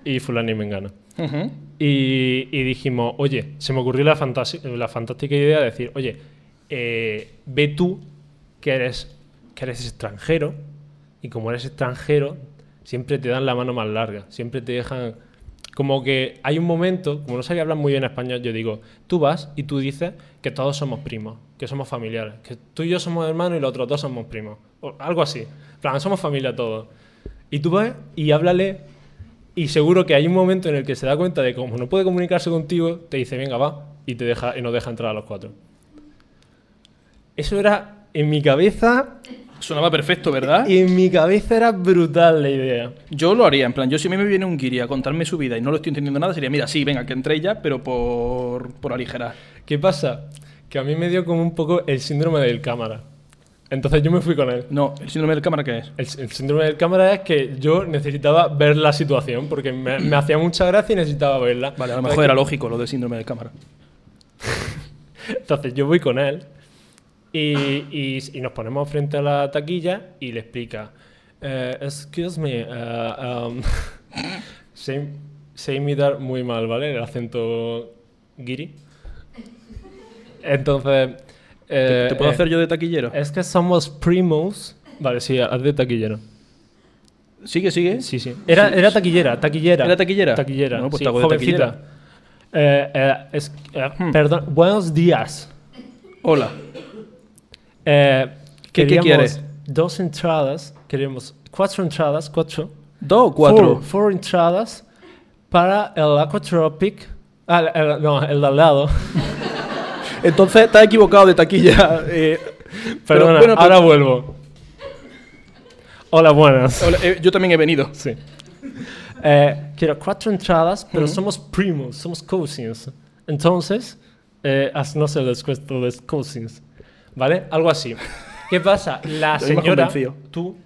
y fulano y mengano.
Ujú.
Y, y dijimos, oye, se me ocurrió la, fantasi- la fantástica idea de decir, oye, eh, ve tú que eres, que eres extranjero y como eres extranjero, siempre te dan la mano más larga, siempre te dejan... Como que hay un momento, como no sabía hablar muy bien español, yo digo, tú vas y tú dices que todos somos primos, que somos familiares, que tú y yo somos hermanos y los otros dos somos primos, o algo así. En plan, somos familia todos. Y tú vas y háblale y seguro que hay un momento en el que se da cuenta de cómo no puede comunicarse contigo, te dice, venga, va, y, te deja, y nos deja entrar a los cuatro. Eso era, en mi cabeza,
Sonaba perfecto, ¿verdad?
y en mi cabeza era brutal la idea.
Yo lo haría, en plan, yo si a mí me viene un guiri a contarme su vida y no lo estoy entendiendo nada, sería, mira, sí, venga, que entré ya, pero por, por aligerar.
¿Qué pasa? Que a mí me dio como un poco el síndrome del cámara. Entonces yo me fui con él.
No, el síndrome del cámara, ¿qué es?
El, el síndrome del cámara es que yo necesitaba ver la situación, porque me, me hacía mucha gracia y necesitaba verla.
Vale, a lo
Entonces,
mejor era lógico lo del síndrome del cámara.
Entonces yo voy con él y, y- y nos ponemos frente a la taquilla y le explica, "Eh, excuse me, eh, um, sé, sé imitar muy mal, ¿vale? El acento guiri. Entonces... eh,
¿Te puedo
eh,
hacer yo de taquillero?
Es que somos primos. Vale, sí, haz de taquillero.
¿Sigue, sigue?
Sí, sí. Era, era taquillera, taquillera.
¿Era taquillera?
Taquillera.
No, pues
sí,
te hago de
jovencita.
taquillera.
Eh, eh, es- eh,
Hmm.
Perdón, buenos días.
Hola.
Eh,
¿Qué- qué
queríamos
quieres?
Dos entradas, queremos cuatro entradas, cuatro.
¿Dos o cuatro?
Four, four entradas para el Aquatropic. Ah, el- el- no, el de al lado.
Entonces, te has equivocado de taquilla. eh, pero
Perdona,
bueno,
ahora vuelvo. Hola, buenas.
Hola, eh, yo también he venido.
Sí. Eh, quiero cuatro entradas, pero somos primos, somos cousins. Entonces, eh, haznosles cuatro de cousins. ¿Vale? Algo así. ¿Qué pasa? La
Estoy más
señora,
convencido.
tú,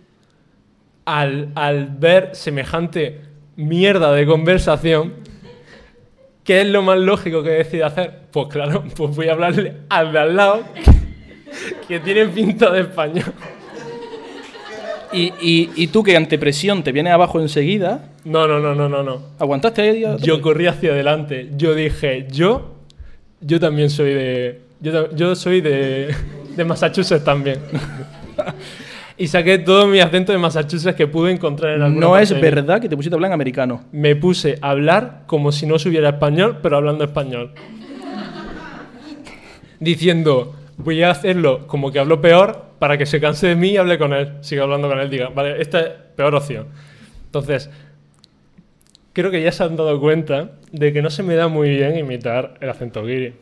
al, al ver semejante mierda de conversación, ¿qué es lo más lógico que decide hacer? Pues claro, pues voy a hablarle al de al lado, que tiene pinta de español.
Y, y- y tú que ante presión te vienes abajo enseguida,
No, no, no, no, no, no.
aguantaste ahí. a-
Yo corrí hacia adelante. Yo dije, yo, yo también soy de, yo, ta- yo soy de, de Massachusetts también. y saqué todo mi acento de Massachusetts que pude encontrar en alguna
No
parte
es
de mí.
verdad que te pusiste a hablar en americano.
Me puse a hablar como si no supiera español, pero hablando español. Diciendo, voy a hacerlo como que hablo peor para que se canse de mí y hable con él. Siga hablando con él, diga, vale, esta es peor opción. Entonces, creo que ya se han dado cuenta de que no se me da muy bien imitar el acento guiri.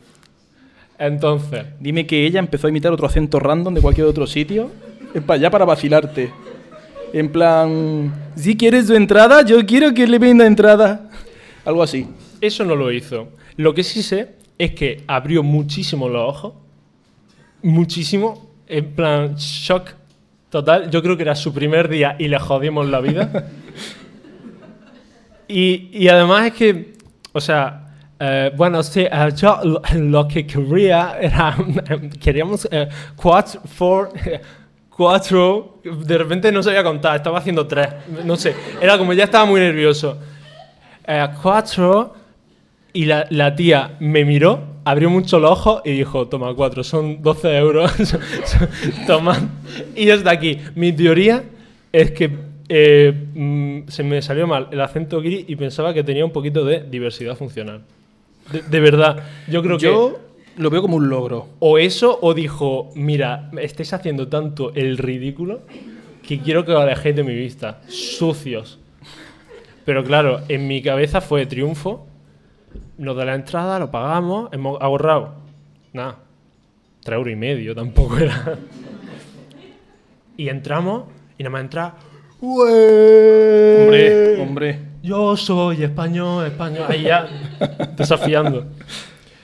Entonces,
Dime que ella empezó a imitar otro acento random de cualquier otro sitio. Es para allá para vacilarte. En plan, si quieres su entrada, yo quiero que le venda entrada. Algo así.
Eso no lo hizo. Lo que sí sé es que abrió muchísimo los ojos. Muchísimo. En plan, shock total. Yo creo que era su primer día y le jodimos la vida. y, y además es que, o sea, eh, bueno, sí, eh, yo lo, lo que quería era, queríamos eh, cuatro, four, cuatro, de repente no sabía contar, estaba haciendo tres, no sé, era como ya estaba muy nervioso. Eh, cuatro. Y la, la tía me miró, abrió mucho los ojos y dijo, toma cuatro, son 12 euros. toma. Y es de aquí. Mi teoría es que eh, mm, se me salió mal el acento guiri y pensaba que tenía un poquito de diversidad funcional. De, de verdad, yo creo que...
Yo lo veo como un logro.
O eso, o dijo, mira, estáis haciendo tanto el ridículo que quiero que os alejéis de mi vista. Sucios. Pero claro, en mi cabeza fue triunfo. Lo de la entrada lo pagamos, hemos ahorrado. Nada. Tres euros y medio tampoco era. Y entramos y nada más entra. "Ué".
Hombre, hombre.
Yo soy español, español. Ahí ya. Desafiando.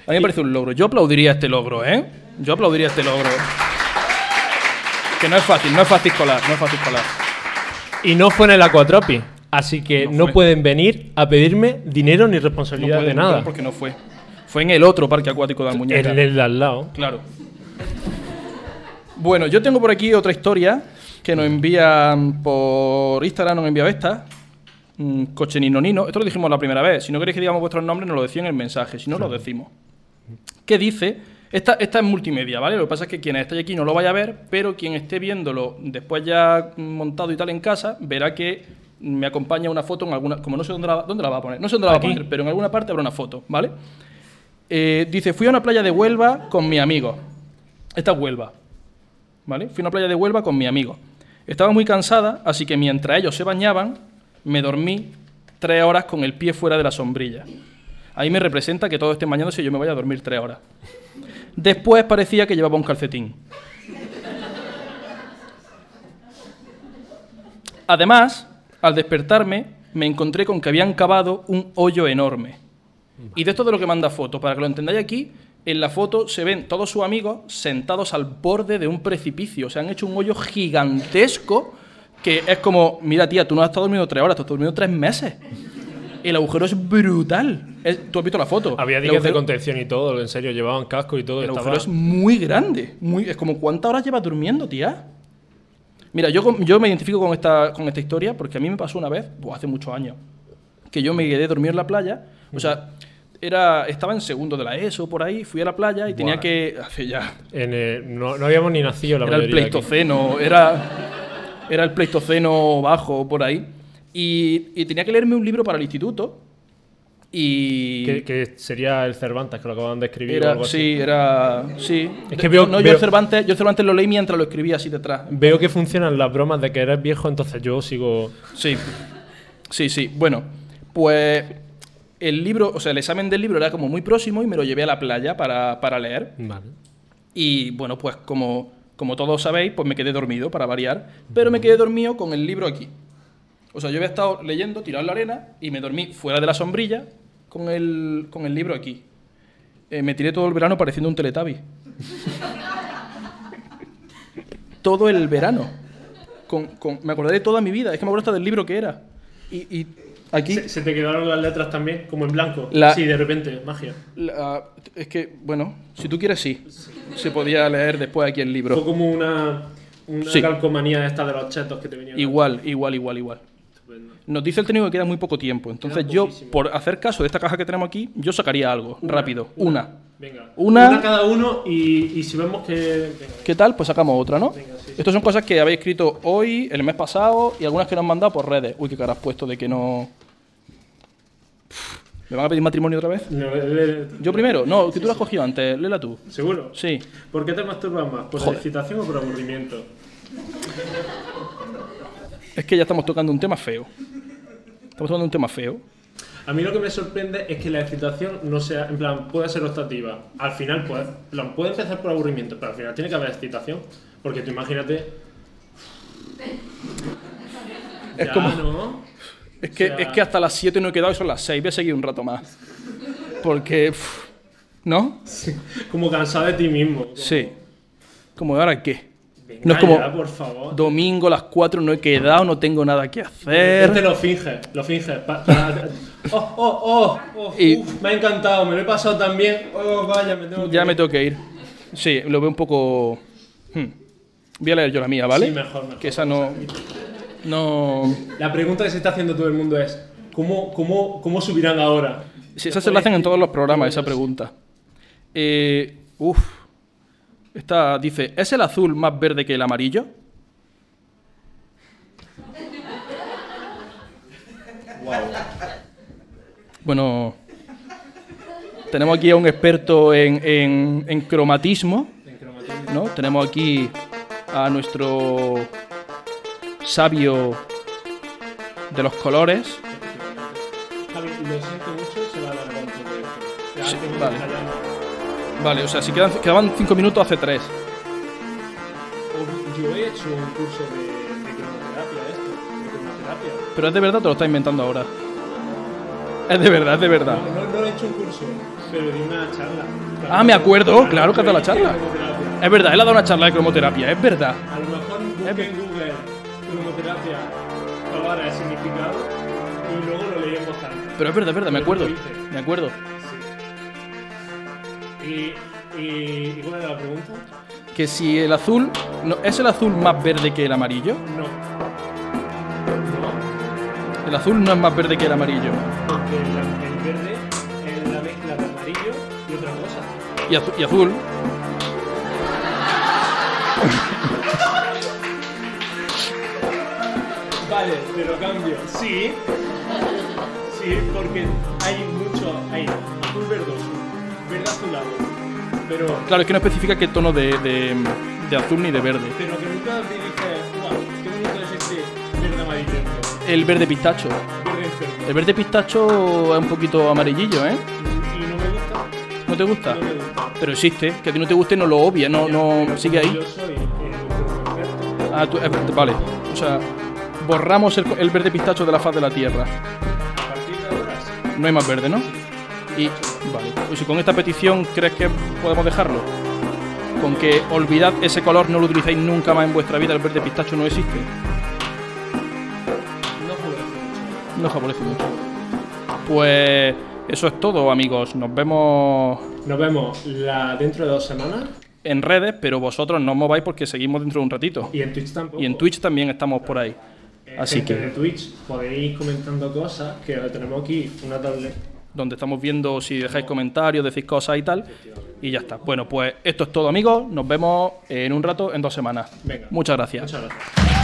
A mí me parece un logro. Yo aplaudiría este logro, ¿eh? Yo aplaudiría este logro. Que no es fácil, no es fácil colar, no es fácil colar.
Y no fue en el Aquatropi. Así que
No
no,
fue.
pueden venir a pedirme dinero ni
No
responsabilidad
puede
de nada.
porque no fue. Fue en el otro parque acuático de Almuñeca.
En el de al lado.
Claro. Bueno, yo tengo por aquí otra historia que nos envían por Instagram, nos envía esta. Mm, Coche Nino Nino. Esto lo dijimos la primera vez. Si no queréis que digamos vuestros nombres, nos lo decís en el mensaje. Si no, lo decimos. ¿Qué dice? Esta, esta es multimedia, ¿vale? Lo que pasa es que quien esté aquí no lo vaya a ver, pero quien esté viéndolo después ya montado y tal en casa, verá que me acompaña una foto en alguna. Como no sé dónde la, dónde la va a poner. No sé dónde la
Aquí.
va a poner, pero en alguna parte habrá una foto, ¿vale? Eh, dice, fui a una playa de Huelva con mi amigo. Esta es Huelva. ¿Vale? Fui a una playa de Huelva con mi amigo. Estaba muy cansada, así que mientras ellos se bañaban, me dormí tres horas con el pie fuera de la sombrilla. Ahí me representa que todos estén bañándose y yo me vaya a dormir tres horas. Después parecía que llevaba un calcetín. Además, al despertarme, me encontré con que habían cavado un hoyo enorme. Y de esto de lo que manda foto, para que lo entendáis aquí, en la foto se ven todos sus amigos sentados al borde de un precipicio. Se han hecho un hoyo gigantesco que es como, mira tía, tú no has estado durmiendo tres horas, tú has estado durmiendo tres meses. El agujero es brutal. Es- tú has visto la foto.
Había
El
días de
agujero-
contención y todo, en serio, llevaban casco y todo.
el
estaba-
agujero es muy grande. Muy, es como cuántas horas llevas durmiendo, tía. Mira, yo, con- yo me identifico con esta, con esta historia porque a mí me pasó una vez, buah, hace muchos años, que yo me quedé dormido en la playa. O sea, era, estaba en segundo de la ESO por ahí, fui a la playa y tenía
Buah.
que. Hace ya.
en el- no, no habíamos ni nacido la
Era el
mayoría aquí.
Pleistoceno, era, era el Pleistoceno bajo por ahí. Y, y tenía que leerme un libro para el instituto. Y.
Que, que sería el Cervantes, que lo acaban de escribir. o
Era,
algo así.
sí, era. Sí.
Es que veo-
no, yo,
veo-
el Cervantes, yo el Cervantes lo leí mientras lo escribía así detrás.
Veo que funcionan las bromas de que eres viejo, entonces yo sigo.
Sí. Sí, sí. Bueno, pues. el libro, o sea, el examen del libro era como muy próximo y me lo llevé a la playa para, para leer.
Vale.
Y bueno, pues como, como todos sabéis, pues me quedé dormido para variar, pero me quedé dormido con el libro aquí. O sea, yo había estado leyendo, tirado en la arena, y me dormí fuera de la sombrilla con el, con el libro aquí. Eh, me tiré todo el verano pareciendo un teletabi. todo el verano. Con, con- me acordé de toda mi vida, es que me acuerdo hasta del libro que era. Y, y aquí...
Se, se te quedaron las letras también, como en blanco.
La-
Sí, de repente, magia.
La- es que, bueno, si tú quieres, sí. Se podía leer después aquí el
Fue
libro.
como una, una
Sí.
calcomanía esta de los chetos que te venían.
Igual, igual, igual, igual.
Estupendo.
Nos dice el técnico que queda muy poco tiempo. Entonces
Queda
yo,
poquísimo.
por hacer caso de esta caja que tenemos aquí, yo sacaría algo, rápido. Una.
Venga.
Una-
cada uno y, y si vemos que. venga, venga.
¿Qué tal? Pues sacamos otra, ¿no?
Venga, sí, sí.
Estas son cosas que habéis escrito hoy, el mes pasado y algunas que nos han mandado por redes. Uy, qué cara has puesto de que no... Pff, ¿Me van a pedir matrimonio otra vez?
No, le- le-
Yo primero. No, que tú la has cogido antes. Léela tú.
¿Seguro?
Sí.
¿Por qué te masturbas más? ¿Por
Joder.
excitación o por aburrimiento?
Es que ya estamos tocando un tema feo. Estamos tocando un tema feo.
A mí lo que me sorprende es que la excitación no sea, en plan, pueda ser optativa. Al final, pues, en plan, puede empezar por aburrimiento, pero al final tiene que haber excitación. Porque tú imagínate.
Es
ya,
como-
¿no?
Es que,
O sea-
es que hasta las 7 no he quedado y son las 6. Voy a seguir un rato más. Porque. pf, ¿No?
Como cansado de ti mismo. como,
Sí. Como, ¿ahora qué?
"Venga
No es como.
ya, por favor.
Domingo a las 4 no he quedado, no tengo nada que
Este
hacer.
lo finge, lo finge. pa- pa- oh, oh, oh, oh,
Y-
uf, me ha encantado, me lo he pasado también. Oh, vaya, me tengo que
Ya me
ir.
tengo que ir. Sí, lo veo un poco. hmm. Voy a leer yo la mía, ¿vale?
Sí, mejor, mejor.
Que esa no. No.
La pregunta que se está haciendo todo el mundo es: ¿cómo, cómo, cómo subirán ahora?
Sí, esa se la hacen en todos los programas, esa pregunta. Eh, uf. Esta dice: ¿Es el azul más verde que el amarillo? Bueno. Tenemos aquí a un experto en, en- en cromatismo. ¿no? Tenemos aquí a nuestro sabio de los colores.
Javi, lo siento mucho, se va a alargar un poco esto. Ya,
Sí,
tengo que
vale.
callarme.
Vale, o sea, si quedan, quedaban 5 minutos hace 3.
O- Oh, Yo he hecho un curso de, de cromoterapia, esto, de cromoterapia.
Pero es de verdad, te lo estás inventando ahora. Es de verdad, es de verdad.
No, no, no he hecho un curso, pero di una charla.
Ah, me acuerdo, claro que has dado la
Yo hice
charla.
cromoterapia.
Es verdad, él ha dado una charla de cromoterapia, es verdad.
A lo mejor
Em-
busqué en Google cromoterapia palabra de significado y luego lo leí en voz alta.
Pero es verdad, es verdad, me acuerdo. Me acuerdo.
Sí. Y, y, ¿y cuál era la pregunta?
Que si el azul. no, ¿Es el azul más verde que el amarillo?
No. No.
El azul no es más verde que el amarillo.
Porque el, el verde es la mezcla de amarillo y otra cosa.
Y, azu- y azul.
Vale, te lo cambio. Sí. Sí, porque hay mucho. Hay azul verdoso, verde azulado. Pero
Claro, es que no especifica qué tono de, de- de azul ni de verde.
Pero que nunca te dices, wow, qué bonito es este verde amarillento,
El verde pistacho.
verde enfermo.
El verde pistacho es un poquito amarillillo, ¿eh?
Y no me gusta,
¿No te gusta?
no me gusta.
Pero existe. Que a ti no te guste no lo obvia, no, no Ah, sigue ahí.
Yo soy eh, experto.
Ah, tú- eh, vale. O sea, borramos el, co- el verde pistacho de la faz de la Tierra.
A partir de ahora, sí.
No hay más verde, ¿no? Y vale. Pues si con esta petición crees que podemos dejarlo. Con que olvidad ese color, no lo utilizáis nunca más en vuestra vida, el verde pistacho no existe.
no puedo hacer mucho.
No favorece mucho. Pues eso es todo, amigos. Nos vemos
Nos vemos la, dentro de dos semanas
en redes, pero vosotros no os mováis porque seguimos dentro de un ratito.
y en Twitch tampoco.
Y en Twitch también estamos por ahí.
Eh,
Así
gente
que,
de Twitch podéis ir comentando cosas que ahora tenemos aquí una tablet.
donde estamos viendo si dejáis comentarios, decís cosas y tal. Y ya está. Bueno, pues esto es todo, amigos. Nos vemos en un rato, en dos semanas.
Venga.
Muchas gracias.
Muchas gracias.